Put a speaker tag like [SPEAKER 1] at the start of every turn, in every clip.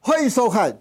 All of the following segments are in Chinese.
[SPEAKER 1] 欢迎收看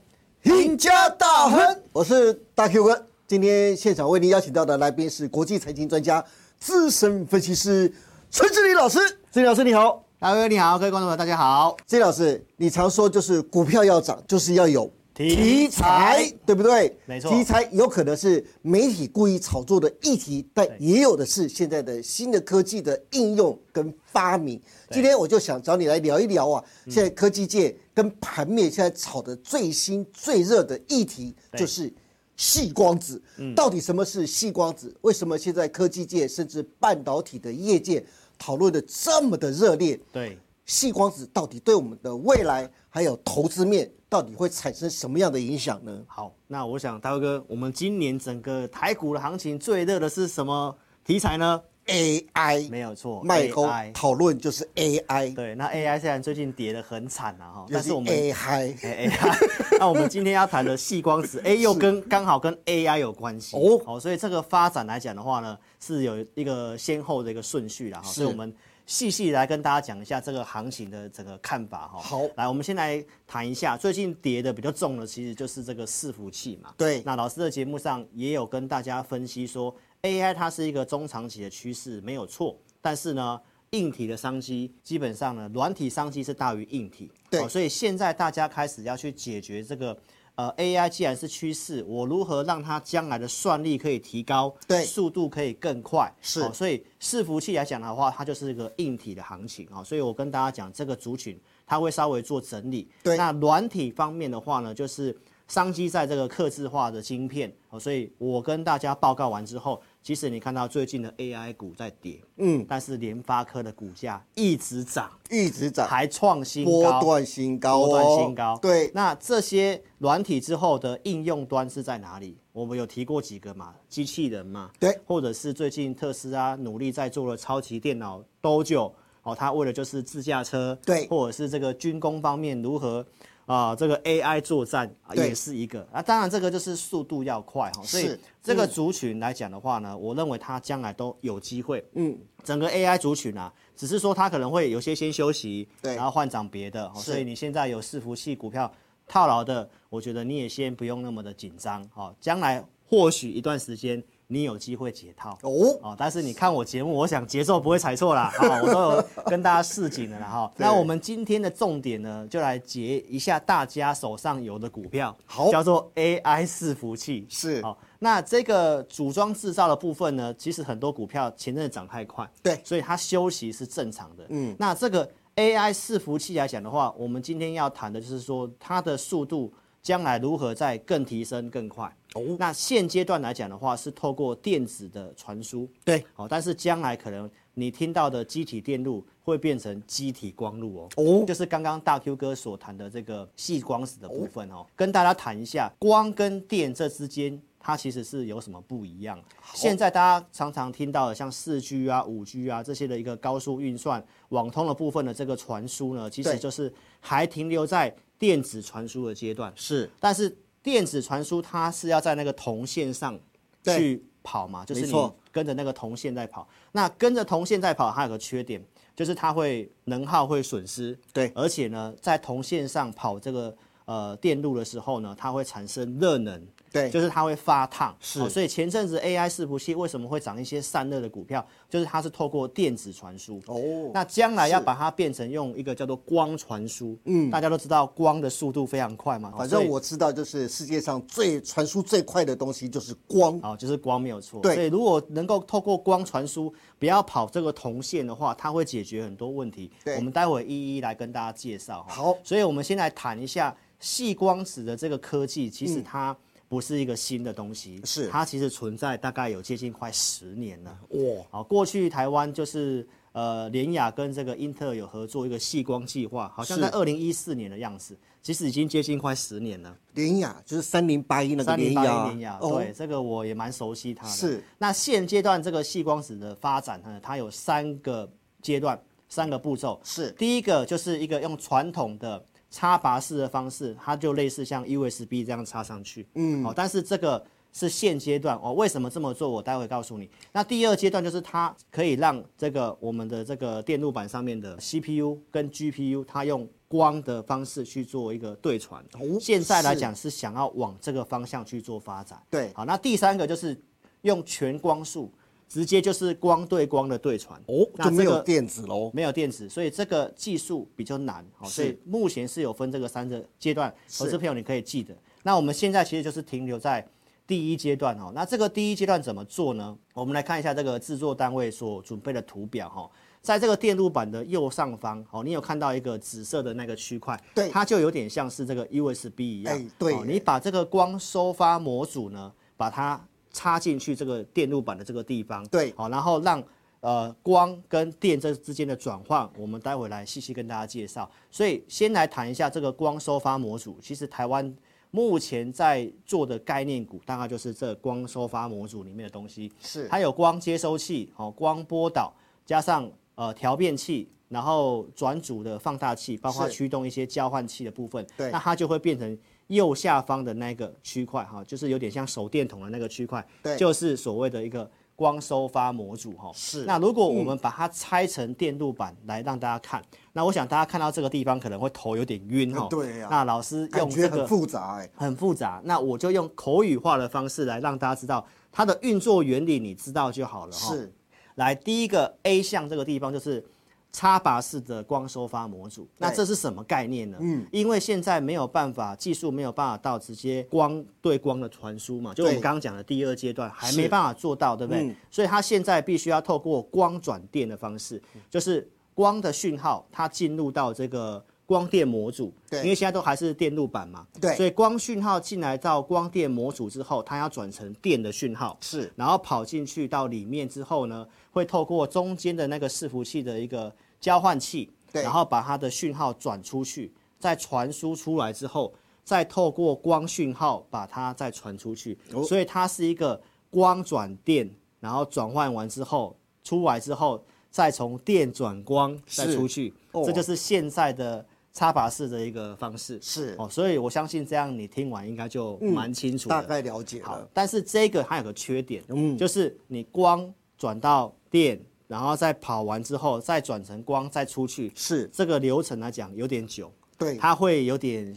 [SPEAKER 1] 《赢家大亨》，我是大 Q 哥。今天现场为您邀请到的来宾是国际财经专家、资深分析师陈志林老师。志林老师，你好。
[SPEAKER 2] 大哥你好，各位观众朋友大家好。
[SPEAKER 1] 志林老师，你常说就是股票要涨，就是要有
[SPEAKER 3] 题
[SPEAKER 1] 材，对不对？
[SPEAKER 3] 没错
[SPEAKER 1] 题材有可能是媒体故意炒作的议题，但也有的是现在的新的科技的应用跟发明。今天我就想找你来聊一聊啊，
[SPEAKER 3] 嗯
[SPEAKER 1] 现在科技界跟盘面现在炒的最新最热的议题
[SPEAKER 3] 对嗯
[SPEAKER 1] 就是。细光子，到底什么是细光子？为什么现在科技界甚至半导体的业界讨论的这么的热烈？
[SPEAKER 3] 对，
[SPEAKER 1] 细光子到底对我们的未来还有投资面到底会产生什么样的影响呢？
[SPEAKER 3] 好，那我想大辉哥，我们今年整个台股的行情最热的是什么题材呢？
[SPEAKER 1] AI
[SPEAKER 3] 没有错
[SPEAKER 1] 麦空
[SPEAKER 3] ，AI。
[SPEAKER 1] 讨论就是 AI，
[SPEAKER 3] 对，那 AI 虽然最近跌得很惨啊哈，
[SPEAKER 1] 就
[SPEAKER 3] 但是
[SPEAKER 1] 是
[SPEAKER 3] 我们
[SPEAKER 1] AI
[SPEAKER 3] 哎 AI，那我们今天要谈的细光子， 哎，又跟刚好跟 AI 有关系
[SPEAKER 1] 哦
[SPEAKER 3] 哦，好，所以这个发展来讲的话呢，是有一个先后的一个顺序啦哈，所以我们细细来跟大家讲一下这个行情的整个看法哈。
[SPEAKER 1] 好
[SPEAKER 3] 来，我们先来谈一下最近跌的比较重的，其实就是这个伺服器嘛。
[SPEAKER 1] 对
[SPEAKER 3] 那老师的节目上也有跟大家分析说，AI 它是一个中长期的趋势，没有错。但是呢，硬体的商机基本上呢，软体商机是大于硬体。哦
[SPEAKER 1] 对
[SPEAKER 3] 所以现在大家开始要去解决这个。呃，AI 既然是趋势，我如何让它将来的算力可以提高，
[SPEAKER 1] 对
[SPEAKER 3] 速度可以更快，
[SPEAKER 1] 是
[SPEAKER 3] 哦所以伺服器来讲的话，它就是一个硬体的行情啊、哦所以我跟大家讲，这个族群它会稍微做整理。
[SPEAKER 1] 对
[SPEAKER 3] 那软体方面的话呢，就是商机在这个客制化的晶片哦，所以我跟大家报告完之后，其实你看到最近的 AI 股在跌，嗯，但是联发科的股价一直涨，
[SPEAKER 1] 一直涨，
[SPEAKER 3] 还创新高
[SPEAKER 1] 波段新高哦，
[SPEAKER 3] 波段新高。
[SPEAKER 1] 对，
[SPEAKER 3] 那这些软体之后的应用端是在哪里？我们有提过几个嘛，机器人嘛，
[SPEAKER 1] 对，
[SPEAKER 3] 或者是最近特斯拉努力在做的超级电脑 Dojo，哦，它为了就是自驾车，
[SPEAKER 1] 对
[SPEAKER 3] 或者是这个军工方面如何。啊、这个 AI 作战、啊
[SPEAKER 1] 对
[SPEAKER 3] 也是一个啊，当然这个就是速度要快哈，所以
[SPEAKER 1] 是嗯
[SPEAKER 3] 这个族群来讲的话呢，我认为它将来都有机会。嗯，整个 AI 族群啊，只是说它可能会有些先休息，
[SPEAKER 1] 对
[SPEAKER 3] 然后换涨别的，哦
[SPEAKER 1] 是
[SPEAKER 3] 所以你现在有伺服器股票套牢的，我觉得你也先不用那么的紧张，好、将来或许一段时间你有机会解套。
[SPEAKER 1] 哦，
[SPEAKER 3] 哦，但是你看我节目，我想节奏不会踩 错啦，啊、我都有跟大家示警了啦哈、那我们今天的重点呢，就来解一下大家手上有的股票，
[SPEAKER 1] 好
[SPEAKER 3] 叫做 AI 伺服器，
[SPEAKER 1] 是
[SPEAKER 3] 好、那这个组装制造的部分呢，其实很多股票前阵子涨太快，
[SPEAKER 1] 对
[SPEAKER 3] 所以它休息是正常的，嗯，那这个 AI 伺服器来讲的话，我们今天要谈的就是说它的速度将来如何再更提升更快。
[SPEAKER 1] 哦
[SPEAKER 3] 那现阶段来讲的话，是透过电子的传输，
[SPEAKER 1] 对，
[SPEAKER 3] 好，哦但是将来可能你听到的机体电路会变成机体光路哦，
[SPEAKER 1] 哦
[SPEAKER 3] 就是刚刚大 Q 哥所谈的这个细光子的部分哦，跟大家谈一下光跟电这之间。它其实是有什么不一样？现在大家常常听到的像四 G 啊、五 G 啊这些的一个高速运算、网通的部分的这个传输呢，其
[SPEAKER 1] 对
[SPEAKER 3] 实就是还停留在电子传输的阶段。
[SPEAKER 1] 是
[SPEAKER 3] 但是电子传输它是要在那个铜线上
[SPEAKER 1] 对
[SPEAKER 3] 去跑嘛，就是
[SPEAKER 1] 没
[SPEAKER 3] 你
[SPEAKER 1] 错
[SPEAKER 3] 跟着那个铜线在跑。那跟着铜线在跑，它有个缺点，就是它会能耗会损失。
[SPEAKER 1] 对
[SPEAKER 3] 而且呢，在铜线上跑这个呃电路的时候呢，它会产生热能。
[SPEAKER 1] 对
[SPEAKER 3] 就是它会发烫，哦
[SPEAKER 1] 是
[SPEAKER 3] 所以前阵子 AI 伺服器为什么会涨一些散热的股票，就是它是透过电子传输。
[SPEAKER 1] 哦，
[SPEAKER 3] 那将来要把它变成用一个叫做光传输，嗯，大家都知道光的速度非常快嘛，
[SPEAKER 1] 反
[SPEAKER 3] 所
[SPEAKER 1] 正
[SPEAKER 3] 以
[SPEAKER 1] 我知道，就是世界上最传输最快的东西就是光，
[SPEAKER 3] 哦，就是光没有错。
[SPEAKER 1] 对
[SPEAKER 3] 所以如果能够透过光传输，不要跑这个铜线的话，它会解决很多问题。
[SPEAKER 1] 对
[SPEAKER 3] 我们待会一一来跟大家介绍哈。
[SPEAKER 1] 好
[SPEAKER 3] 所以我们先来谈一下细光子的这个科技，其实它不是一个新的东西，
[SPEAKER 1] 嗯是
[SPEAKER 3] 它其实存在大概有接近快十年了。
[SPEAKER 1] 哇，
[SPEAKER 3] 好，过去台湾就是呃联雅跟这个英特尔有合作一个细光计划，好像在
[SPEAKER 1] 是
[SPEAKER 3] 二零一四年的样子，其实已经接近快十年了。
[SPEAKER 1] 联雅就是三零八一那个
[SPEAKER 3] 三
[SPEAKER 1] 联
[SPEAKER 3] 零八零联
[SPEAKER 1] 雅啊哦
[SPEAKER 3] 雅，，对，这个我也蛮熟悉它的。
[SPEAKER 1] 是，
[SPEAKER 3] 那现阶段这个细光子的发展呢，它有三个阶段，三个步骤。
[SPEAKER 1] 是
[SPEAKER 3] 第一个就是一个用传统的插拔式的方式，它就类似像 E USB 这样插上去，嗯，好、但是这个是现阶段哦，为什么这么做？我待会告诉你。那第二阶段就是它可以让这个我们的这个电路板上面的 CPU 跟 GPU，它用光的方式去做一个对传。
[SPEAKER 1] 哦
[SPEAKER 3] 现在来
[SPEAKER 1] 是
[SPEAKER 3] 讲是想要往这个方向去做发展。
[SPEAKER 1] 对
[SPEAKER 3] 好，那第三个就是用全光束，直接就是光对光的对传。
[SPEAKER 1] 哦，
[SPEAKER 3] 那
[SPEAKER 1] 就没
[SPEAKER 3] 这
[SPEAKER 1] 有
[SPEAKER 3] 个
[SPEAKER 1] 电子喽。
[SPEAKER 3] 没有电子，所以这个技术比较难，好，所以目前是有分这个三个阶段，投资朋友你可以记得。那我们现在其实就是停留在第一阶段哈，那这个第一阶段怎么做呢？我们来看一下这个制作单位所准备的图表哈，在这个电路板的右上方，哦，你有看到一个紫色的那个区块，
[SPEAKER 1] 对
[SPEAKER 3] 它就有点像是这个 USB 一样，
[SPEAKER 1] 哎对
[SPEAKER 3] 哦你把这个光收发模组呢，把它插进去这个电路板的这个地方，
[SPEAKER 1] 对
[SPEAKER 3] 好，然后让呃光跟电这之间的转换，我们待会来细细跟大家介绍。所以先来谈一下这个光收发模组，其实台湾。目前在做的概念股，大概就是这光收发模组里面的东西。
[SPEAKER 1] 是
[SPEAKER 3] 它有光接收器、哦光波导，加上呃调变器，然后转组的放大器，包括
[SPEAKER 1] 是
[SPEAKER 3] 驱动一些交换器的部分。
[SPEAKER 1] 对
[SPEAKER 3] 那它就会变成右下方的那个区块哈，就是有点像手电筒的那个区块，
[SPEAKER 1] 对
[SPEAKER 3] 就是所谓的一个光收发模组哈。
[SPEAKER 1] 是
[SPEAKER 3] 那如果我们把它拆成电路板来让大家看，那我想大家看到这个地方可能会头有点晕哈。
[SPEAKER 1] 对啊
[SPEAKER 3] 那老师
[SPEAKER 1] 感
[SPEAKER 3] 用
[SPEAKER 1] 觉
[SPEAKER 3] 这个哦
[SPEAKER 1] 很复杂哎、
[SPEAKER 3] 很复杂，那我就用口语化的方式来让大家知道它的运作原理，你知道就好了哈。
[SPEAKER 1] 是，
[SPEAKER 3] 来第一个 A 项这个地方就是插拔式的光收发模组，那这是什么概念呢？嗯，因为现在没有办法，技术没有办法到直接光对光的传输嘛，就我们
[SPEAKER 1] 对嗯
[SPEAKER 3] 刚刚讲的第二阶段还
[SPEAKER 1] 是
[SPEAKER 3] 没办法做到，对不对？所以它现在必须要透过光转电的方式，
[SPEAKER 1] 嗯
[SPEAKER 3] 就是光的讯号它进入到这个。光电模组，
[SPEAKER 1] 对
[SPEAKER 3] 因为现在都还是电路板嘛，
[SPEAKER 1] 对
[SPEAKER 3] 所以光讯号进来到光电模组之后，它要转成电的讯号，
[SPEAKER 1] 是
[SPEAKER 3] 然后跑进去到里面之后呢，会透过中间的那个伺服器的一个交换器，
[SPEAKER 1] 对
[SPEAKER 3] 然后把它的讯号转出去，再传输出来之后，再透过光讯号把它再传出去，
[SPEAKER 1] 哦
[SPEAKER 3] 所以它是一个光转电，然后转换完之后出来之后，再从电转光再出去，
[SPEAKER 1] 哦
[SPEAKER 3] 这就是现在的。插拔式的一个方式
[SPEAKER 1] 是嗯
[SPEAKER 3] 哦，所以我相信这样你听完应该就蛮清楚
[SPEAKER 1] 大
[SPEAKER 3] 的、
[SPEAKER 1] 概了解
[SPEAKER 3] 好
[SPEAKER 1] 了，，
[SPEAKER 3] 但是这个它有个缺点，
[SPEAKER 1] 嗯
[SPEAKER 3] 就是你光转到电，然后再跑完之后再转成光再出去，
[SPEAKER 1] 是
[SPEAKER 3] 这个流程来讲有点久，
[SPEAKER 1] 对，
[SPEAKER 3] 它会有点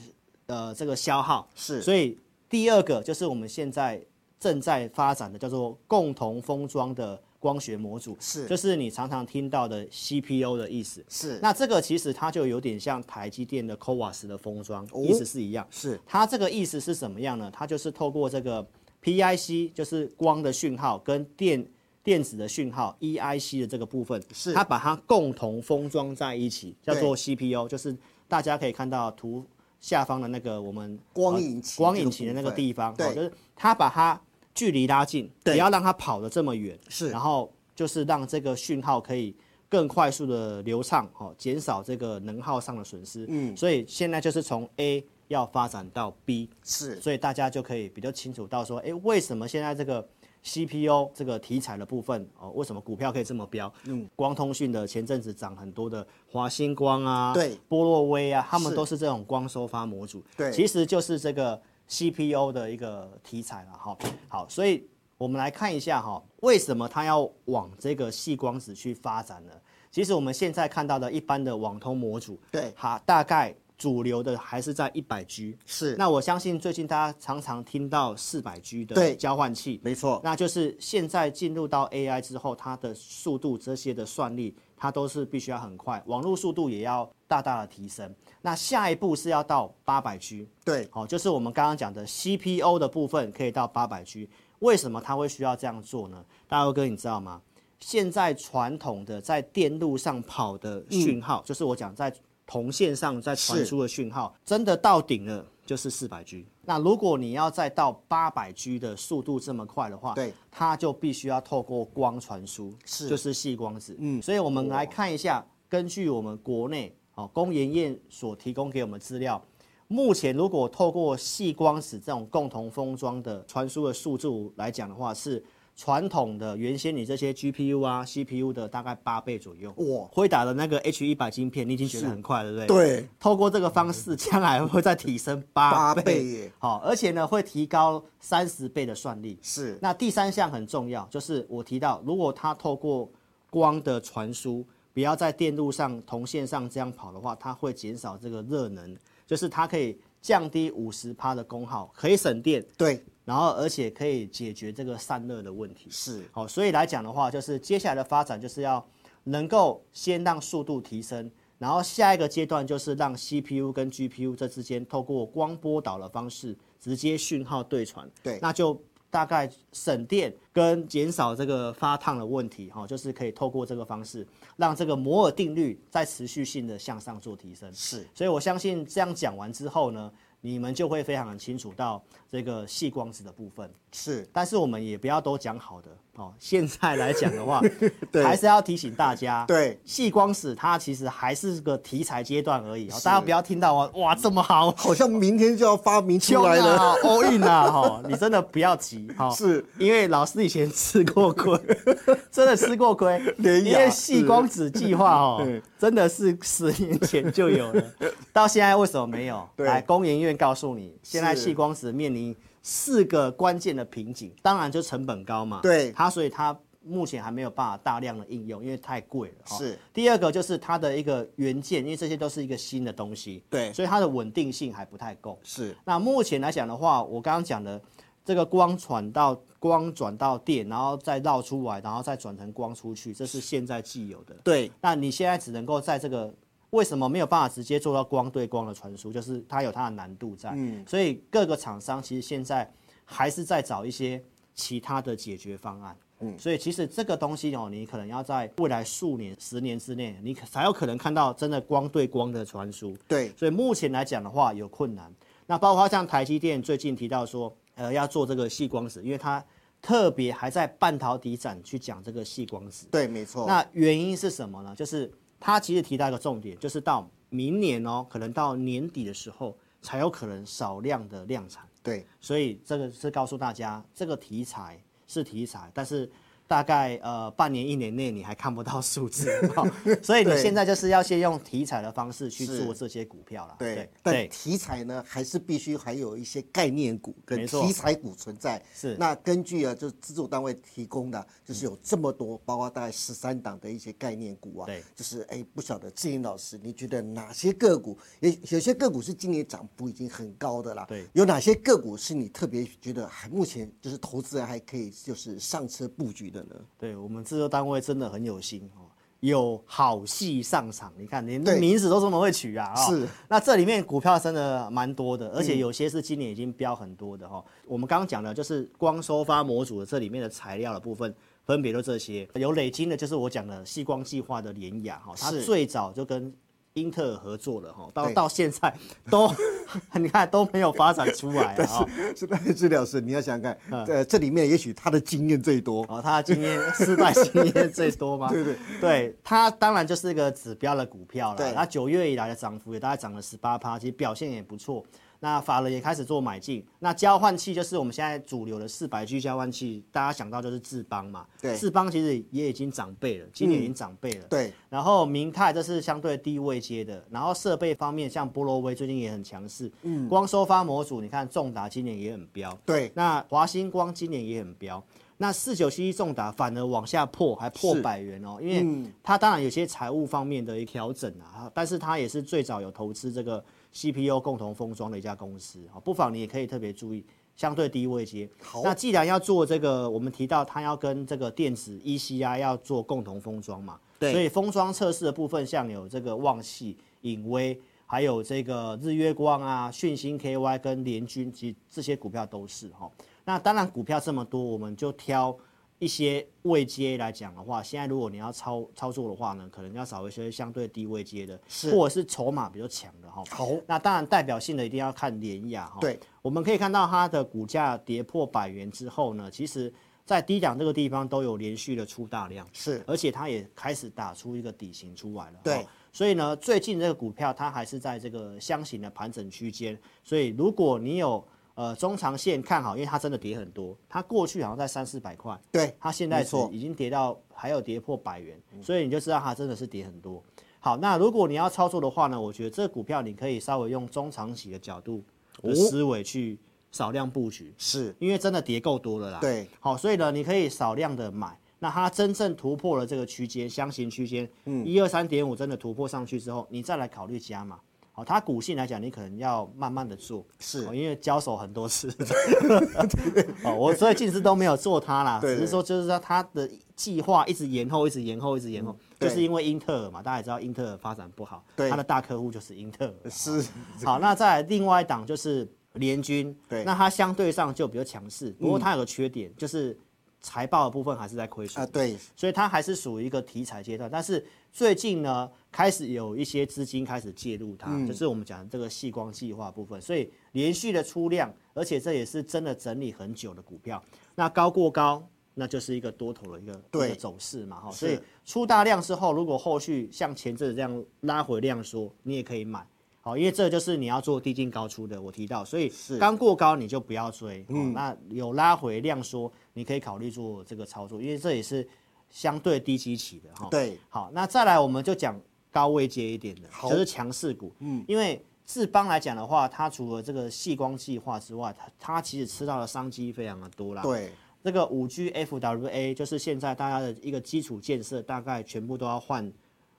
[SPEAKER 3] 呃这个消耗。
[SPEAKER 1] 嗯是
[SPEAKER 3] 所以第二个就是我们现在正在发展的叫做共同封装的光学模组，
[SPEAKER 1] 是
[SPEAKER 3] 就是你常常听到的 CPU 的意思。
[SPEAKER 1] 是
[SPEAKER 3] 那这个其实它就有点像台积电的 CoWAS 的封装，
[SPEAKER 1] 哦
[SPEAKER 3] 意思是一样。
[SPEAKER 1] 是
[SPEAKER 3] 它这个意思是什么样呢？它就是透过这个 PIC，就是光的讯号跟电电子的讯号 EIC 的这个部分，
[SPEAKER 1] 是
[SPEAKER 3] 它把它共同封装在一起，叫做
[SPEAKER 1] 对
[SPEAKER 3] CPU，就是大家可以看到图下方的那个我们
[SPEAKER 1] 光引擎
[SPEAKER 3] 呃光引擎的那个地方，
[SPEAKER 1] 这个部分
[SPEAKER 3] 哦
[SPEAKER 1] 对
[SPEAKER 3] 就是它把它距离拉近，不要让它跑得这么远，
[SPEAKER 1] 是
[SPEAKER 3] 然后就是让这个讯号可以更快速的流畅，哦，减少这个能耗上的损失。嗯，所以现在就是从 A 要发展到 B，
[SPEAKER 1] 是
[SPEAKER 3] 所以大家就可以比较清楚到说，哎，为什么现在这个 CPU 这个题材的部分哦，为什么股票可以这么飙？嗯，光通讯的前阵子涨很多的华星光啊，
[SPEAKER 1] 对
[SPEAKER 3] 波洛威啊，他们
[SPEAKER 1] 是
[SPEAKER 3] 都是这种光收发模组，
[SPEAKER 1] 对
[SPEAKER 3] 其实就是这个 CPU 的一个题材了哈。好，所以我们来看一下哈，为什么它要往这个细光子去发展呢？其实我们现在看到的一般的网通模组，
[SPEAKER 1] 对
[SPEAKER 3] 哈，大概主流的还是在一百 G，
[SPEAKER 1] 是
[SPEAKER 3] 那我相信最近大家常常听到四百 G 的
[SPEAKER 1] 对
[SPEAKER 3] 交换器，
[SPEAKER 1] 没错，
[SPEAKER 3] 那就是现在进入到 AI 之后，它的速度这些的算力，它都是必须要很快，网络速度也要大大的提升。那下一步是要到八百 G，
[SPEAKER 1] 对
[SPEAKER 3] 好、就是我们刚刚讲的 CPU 的部分可以到八百 G，为什么它会需要这样做呢？大佑哥，你知道吗？现在传统的在电路上跑的讯号，就是我讲在铜线上在传
[SPEAKER 1] 是
[SPEAKER 3] 输的讯号，真的到顶了就是四百 G。那如果你要再到八百 G 的速度这么快的话，
[SPEAKER 1] 对，
[SPEAKER 3] 它就必须要透过光传输，
[SPEAKER 1] 是
[SPEAKER 3] 就是细光子。嗯，所以我们来看一下，根据我们国内哦工研院所提供给我们资料，目前如果透过细光子这种共同封装的传输的速度来讲的话，是传统的原先你这些 GPU 啊、CPU 的大概八倍左右。
[SPEAKER 1] 哇
[SPEAKER 3] 辉达的那个 H 一百晶片，你已经觉得很快了，对不对？
[SPEAKER 1] 对
[SPEAKER 3] 透过这个方式，将来会再提升八
[SPEAKER 1] 八
[SPEAKER 3] 倍，
[SPEAKER 1] 倍耶
[SPEAKER 3] 好，而且呢会提高三十倍的算力。
[SPEAKER 1] 是
[SPEAKER 3] 那第三项很重要，就是我提到，如果它透过光的传输，不要在电路上铜线上这样跑的话，它会减少这个热能，就是它可以降低五十趴的功耗，可以省电，
[SPEAKER 1] 对，
[SPEAKER 3] 然后而且可以解决这个散热的问题。
[SPEAKER 1] 是
[SPEAKER 3] 好，所以来讲的话，就是接下来的发展就是要能够先让速度提升，然后下一个阶段就是让 CPU 跟 GPU 这之间透过光波导的方式直接讯号对传。
[SPEAKER 1] 对
[SPEAKER 3] 那就大概省电跟减少这个发烫的问题，哈，就是可以透过这个方式让这个摩尔定律再持续性的向上做提升。
[SPEAKER 1] 是，
[SPEAKER 3] 所以我相信这样讲完之后呢，你们就会非常清楚到这个细光子的部分。
[SPEAKER 1] 是
[SPEAKER 3] 但是我们也不要都讲好的哦。现在来讲的话
[SPEAKER 1] 对，
[SPEAKER 3] 还是要提醒大家，
[SPEAKER 1] 对
[SPEAKER 3] 细光史它其实还是个题材阶段而已哦。大家不要听到哦，哇，这么好，
[SPEAKER 1] 好像明天就要发明出来了。
[SPEAKER 3] 啊，all in 啊，哈，你真的不 要急，哈，
[SPEAKER 1] 是
[SPEAKER 3] 因为老师以前吃过亏， 真的吃过亏，
[SPEAKER 1] 连
[SPEAKER 3] 因
[SPEAKER 1] 雅
[SPEAKER 3] 为
[SPEAKER 1] 是
[SPEAKER 3] 细光子计划哦
[SPEAKER 1] 对，
[SPEAKER 3] 真的是十年前就 有了，到现在为什么没有？
[SPEAKER 1] 对
[SPEAKER 3] 来，工研院告诉你，现在
[SPEAKER 1] 是
[SPEAKER 3] 细光子面临四个关键的瓶颈，当然就成本高嘛，
[SPEAKER 1] 对
[SPEAKER 3] 它所以它。目前还没有办法大量的应用，因为太贵了。哈
[SPEAKER 1] 是。
[SPEAKER 3] 第二个就是它的一个元件，因为这些都是一个新的东西，
[SPEAKER 1] 对
[SPEAKER 3] 所以它的稳定性还不太够。
[SPEAKER 1] 是
[SPEAKER 3] 那目前来讲的话，我刚刚讲的这个光传到光转到电，然后再绕出来，然后再转成光出去，这是现在既有的。
[SPEAKER 1] 对，
[SPEAKER 3] 那你现在只能够在这个为什么没有办法直接做到光对光的传输，就是它有它的难度在。所以各个厂商其实现在还是在找一些其他的解决方案。嗯，所以其实这个东西哦，你可能要在未来数年、十年之内，你可才有可能看到真的光对光的传输。
[SPEAKER 1] 对，
[SPEAKER 3] 所以目前来讲的话有困难。那包括像台积电最近提到说，呃，要做这个细光子，因为它特别还在半导体展去讲这个细光子。
[SPEAKER 1] 对，没错。
[SPEAKER 3] 那原因是什么呢？就是他其实提到一个重点，就是到明年哦，可能到年底的时候才有可能少量的量产。
[SPEAKER 1] 对，
[SPEAKER 3] 所以这个是告诉大家，这个题材是题材，但是大概呃半年一年内你还看不到数 字，好所以你
[SPEAKER 1] 对
[SPEAKER 3] 现在就是要先用题材的方式去
[SPEAKER 1] 是
[SPEAKER 3] 做这些股票啦。
[SPEAKER 1] 对，但
[SPEAKER 3] 对，
[SPEAKER 1] 题材呢，还是必须还有一些概念股跟
[SPEAKER 3] 没错
[SPEAKER 1] 题材股存在。
[SPEAKER 3] 是
[SPEAKER 1] 那根据啊，就是资助单位提供的，就是有这么多，包括大概十三档的一些概念股啊。
[SPEAKER 3] 对
[SPEAKER 1] 就是哎，不晓得志林老师，你觉得哪些个股，也有些个股是今年涨幅已经很高的啦。
[SPEAKER 3] 对
[SPEAKER 1] 有哪些个股是你特别觉得还目前就是投资人还可以就是上车布局的呢？
[SPEAKER 3] 对我们制作单位真的很有心哦，有好戏上场。你看，连
[SPEAKER 1] 对
[SPEAKER 3] 名字都这么会取啊、哦！
[SPEAKER 1] 是，嗯
[SPEAKER 3] 那这里面股票真的蛮多的，而且有些是今年已经标很多的哈、哦。我们刚刚讲的就是光收发模组的这里面的材料的部分。分别都这些，有累积的，就是我讲的细光计划的联雅哈，哦它
[SPEAKER 1] 是
[SPEAKER 3] 最早就跟英特尔合作了哈，哦到
[SPEAKER 1] 对
[SPEAKER 3] 到现在都 你看都没有发展出 来啊、哦，
[SPEAKER 1] 是那治疗师，你要想想
[SPEAKER 3] 嗯
[SPEAKER 1] 看，呃，这里面也许他的经验最多。
[SPEAKER 3] 哦，它的经验失败经验最多吗？ 对对对，它当然就是一个指标的股票
[SPEAKER 1] 对
[SPEAKER 3] 了。那九月以来的涨幅也大概涨了十八趴，其实表现也不错。那法人也开始做买进，那交换器就是我们现在主流的四百 G 交换器，大家想到就是智邦嘛。
[SPEAKER 1] 对
[SPEAKER 3] 智邦其实也已经长辈了，今年已经长辈了。
[SPEAKER 1] 对，
[SPEAKER 3] 然后明泰这是相对低位接的，然后设备方面像波罗威最近也很强势，嗯，光收发模组你看重达今年也很飙，
[SPEAKER 1] 对
[SPEAKER 3] 那华星光今年也很飙，那四九七一重达反而往下破，还破百元
[SPEAKER 1] 嗯
[SPEAKER 3] 哦，因为它当然有些财务方面的一调整啊，但是它也是最早有投资这个 CPU 共同封装的一家公司啊，不妨你也可以特别注意。相对低位接，
[SPEAKER 1] 好
[SPEAKER 3] 那既然要做这个，我们提到它要跟这个电子 ECI 要做共同封装嘛，
[SPEAKER 1] 对
[SPEAKER 3] 所以封装测试的部分，像有这个旺系、影威，还有这个日月光啊、讯星 KY 跟联军，其实这些股票都是哈。那当然股票这么多，我们就挑一些位阶来讲的话，现在如果你要操操作的话呢，可能要找一些相对低位阶的，
[SPEAKER 1] 是
[SPEAKER 3] 或者是筹码比较强的哈。
[SPEAKER 1] 好
[SPEAKER 3] 那当然代表性的一定要看联雅哈。
[SPEAKER 1] 对，
[SPEAKER 3] 我们可以看到它的股价跌破百元之后呢，其实在低档这个地方都有连续的出大量。
[SPEAKER 1] 是
[SPEAKER 3] 而且它也开始打出一个底型出来了。
[SPEAKER 1] 对
[SPEAKER 3] 哦所以呢，最近这个股票它还是在这个箱型的盘整区间，所以如果你有呃中长线看好，因为它真的跌很多，它过去好像在三四百块，
[SPEAKER 1] 对，
[SPEAKER 3] 它现在
[SPEAKER 1] 没
[SPEAKER 3] 是
[SPEAKER 1] 错嗯
[SPEAKER 3] 已经跌到还有跌破百元，所以你就知道它真的是跌很多。好，那如果你要操作的话呢，我觉得这个股票你可以稍微用中长期的角度
[SPEAKER 1] 哦
[SPEAKER 3] 的思维去少量布局。
[SPEAKER 1] 是
[SPEAKER 3] 因为真的跌够多了啦。
[SPEAKER 1] 对，
[SPEAKER 3] 好，所以呢，你可以少量的买，那它真正突破了这个区间，箱型区间，
[SPEAKER 1] 嗯
[SPEAKER 3] 一二三点五真的突破上去之后，你再来考虑加码。好，它股性来讲，你可能要慢慢的做，
[SPEAKER 1] 是
[SPEAKER 3] 哦因为交手很 多次，哦，我所以近似都没有做它啦，
[SPEAKER 1] 对
[SPEAKER 3] 只是说就是说它的计划一直延后，一直延后，一直延后，
[SPEAKER 1] 嗯对
[SPEAKER 3] 就是因为英特尔嘛，大家也知道英特尔发展不好，
[SPEAKER 1] 对
[SPEAKER 3] 它的大客户就是英特尔，
[SPEAKER 1] 是
[SPEAKER 3] 好，那再来另外一档就是联军，
[SPEAKER 1] 对
[SPEAKER 3] 那它相对上就比较强势，不过它有个缺点、就是财报的部分还是在亏损
[SPEAKER 1] 啊，，对，
[SPEAKER 3] 所以它还是属于一个题材阶段。但是最近呢，开始有一些资金开始介入它，
[SPEAKER 1] 嗯
[SPEAKER 3] 就是我们讲的这个细光计划部分，所以连续的出量，而且这也是真的整理很久的股票，那高过高。那就是一个多头的一个
[SPEAKER 1] 对
[SPEAKER 3] 一个走势嘛，哈，
[SPEAKER 1] 是
[SPEAKER 3] 所以出大量之后，如果后续像前阵子这样拉回量缩，你也可以买，好，因为这就是你要做低进高出的，我提到，所以刚过高你就不要追，嗯，那有拉回量缩，你可以考虑做这个操作，因为这也是相对低基期的哈。
[SPEAKER 1] 对，
[SPEAKER 3] 好，那再来我们就讲高位接一点的，
[SPEAKER 1] 好
[SPEAKER 3] 就是强势股，嗯，因为智邦来讲的话，它除了这个细光计划之外，它它其实吃到的商机非常的多啦，
[SPEAKER 1] 对，
[SPEAKER 3] 这个五 G FWA 就是现在大家的一个基础建设，大概全部都要换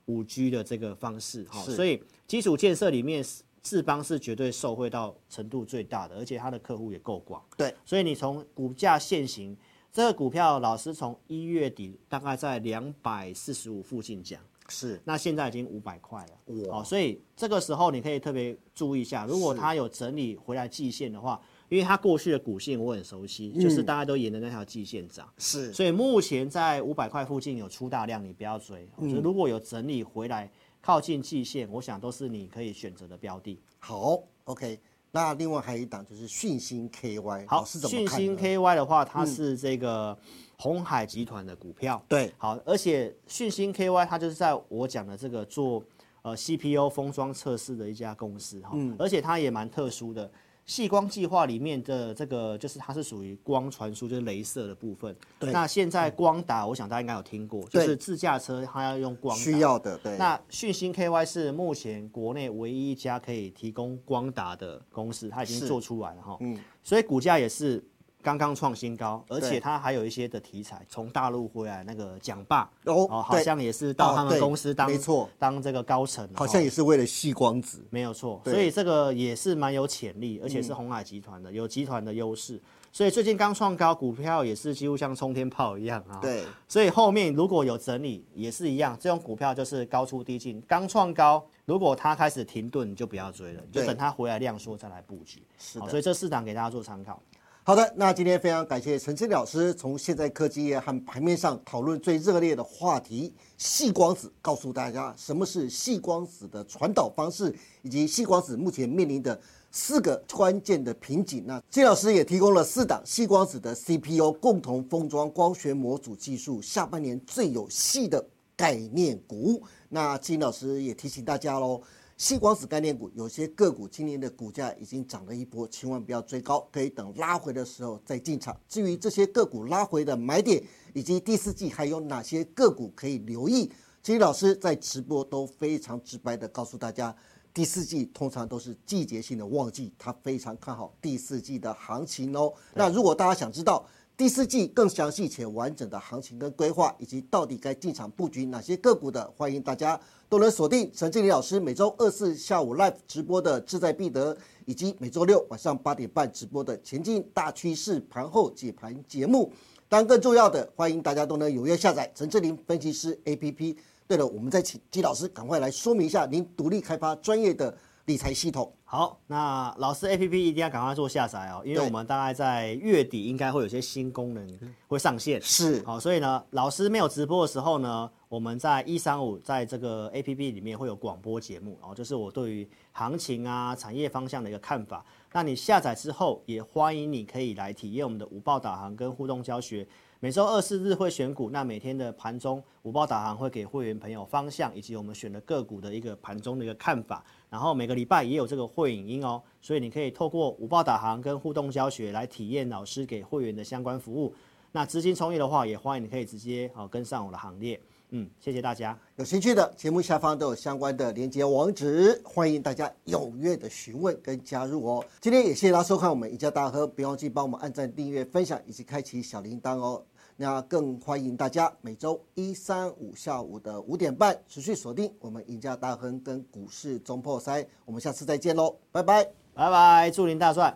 [SPEAKER 3] 五 G 的这个方式哈，
[SPEAKER 1] 是
[SPEAKER 3] 所以基础建设里面智邦是绝对受惠到程度最大的，而且它的客户也够广。
[SPEAKER 1] 对，
[SPEAKER 3] 所以你从股价现行，这个股票老师从一月底大概在两百四十五附近讲，
[SPEAKER 1] 是
[SPEAKER 3] 那现在已经五百块了，
[SPEAKER 1] 哇
[SPEAKER 3] 好、所以这个时候你可以特别注意一下，如果它有整理回来季线的话，因为它过去的股性我很熟悉，就是大家都沿着那条季线涨，
[SPEAKER 1] 嗯是
[SPEAKER 3] 所以目前在五百块附近有出大量，你不要追，哦
[SPEAKER 1] 嗯
[SPEAKER 3] 就是如果有整理回来靠近季线，我想都是你可以选择的标的。
[SPEAKER 1] 好，OK。那另外还有一档就是讯星 KY，
[SPEAKER 3] 好，
[SPEAKER 1] 哎老师怎么
[SPEAKER 3] 讯
[SPEAKER 1] 看呢？嗯
[SPEAKER 3] 星 KY 的话，它是这个红海集团的股票，
[SPEAKER 1] 对，
[SPEAKER 3] 好，而且讯星 KY 它就是在我讲的这个做呃 CPU 封装测试的一家公司哈，
[SPEAKER 1] 嗯
[SPEAKER 3] 而且它也蛮特殊的。细光计划里面的这个就是它是属于光传输，就是镭射的部分。
[SPEAKER 1] 对
[SPEAKER 3] 那现在光达，我想大家应该有听过，就
[SPEAKER 1] 对
[SPEAKER 3] 是自驾车它要用光达。
[SPEAKER 1] 需要的，对，
[SPEAKER 3] 那讯星 KY 是目前国内唯一一家可以提供光达的公司，它已经
[SPEAKER 1] 是嗯
[SPEAKER 3] 做出来了哈。所以股价也是刚刚创新高，而且
[SPEAKER 1] 对
[SPEAKER 3] 它还有一些的题材，从大陆回来那个蒋爸
[SPEAKER 1] 哦
[SPEAKER 3] 好
[SPEAKER 1] 对
[SPEAKER 3] 像也是到
[SPEAKER 1] 哦
[SPEAKER 3] 他们
[SPEAKER 1] 对
[SPEAKER 3] 公司当
[SPEAKER 1] 没错
[SPEAKER 3] 当这个高层了哈，
[SPEAKER 1] 好像也是为了细光子，
[SPEAKER 3] 没有错，
[SPEAKER 1] 对嗯
[SPEAKER 3] 所以这个也是蛮有潜力，而且是红海集团的，有集团的优势。所以最近刚创高，股票也是几乎像冲天炮一样啊。
[SPEAKER 1] 对，
[SPEAKER 3] 所以后面如果有整理也是一样，这种股票就是高出低进，刚创高，如果它开始停顿，你就不要追了，你就
[SPEAKER 1] 对
[SPEAKER 3] 等它回来量缩再来布局。
[SPEAKER 1] 是
[SPEAKER 3] 好
[SPEAKER 1] 的
[SPEAKER 3] 所以这四档给大家做参考。
[SPEAKER 1] 好的，那今天非常感谢陈清老师从现在科技业和盘面上讨论最热烈的话题——细光子，告诉大家什么是细光子的传导方式，以及细光子目前面临的四个关键的瓶颈。那金老师也提供了四档细光子的 CPU 共同封装光学模组技术，下半年最有戏的概念股。那金老师也提醒大家喽。细光子概念股有些个股今年的股价已经涨了一波，千万不要追高，可以等拉回的时候再进场。至于这些个股拉回的买点，以及第四季还有哪些个股可以留意，其实老师在直播都非常直白的告诉大家，第四季通常都是季节性的旺季，他非常看好第四季的行情哦。那如果大家想知道，第四季更详细且完整的行情跟规划，以及到底该进场布局哪些个股的，欢迎大家都能锁定陈经理老师每周二四下午 live 直播的《志在必得》，以及每周六晚上八点半直播的《前进大趋势盘后解盘》节目。当然，更重要的，欢迎大家都能踊跃下载陈志林分析师 APP。对了，我们再请季老师赶快来说明一下您独立开发专业的理财系统。
[SPEAKER 3] 好，那老师 A P P 一定要赶快做下载哦，因为
[SPEAKER 1] 对嗯
[SPEAKER 3] 我们大概在月底应该会有些新功能会上线。
[SPEAKER 1] 是
[SPEAKER 3] 好，所以呢，老师没有直播的时候呢，我们在一三五在这个 A P P 里面会有广播节目，哦，就是我对于行情啊、产业方向的一个看法。那你下载之后，也欢迎你可以来体验我们的午报导航跟互动教学。每周二、四日会选股，那每天的盘中午报导航会给会员朋友方向，以及我们选的个股的一个盘中的一个看法。然后每个礼拜也有这个会影音哦，所以你可以透过午报导航跟互动教学来体验老师给会员的相关服务。那资金充裕的话，也欢迎你可以直接好跟上我的行列。嗯，谢谢大家。
[SPEAKER 1] 有兴趣的节目下方都有相关的连接网址，欢迎大家踊跃的询问跟加入哦。今天也谢谢大家收看我们赢家大亨，别忘记帮我们按赞、订阅、分享以及开启小铃铛哦。那更欢迎大家每周一、三、五下午的五点半持续锁定我们赢家大亨跟股市中破塞。我们下次再见喽，拜拜。
[SPEAKER 3] 拜拜，祝您大赚。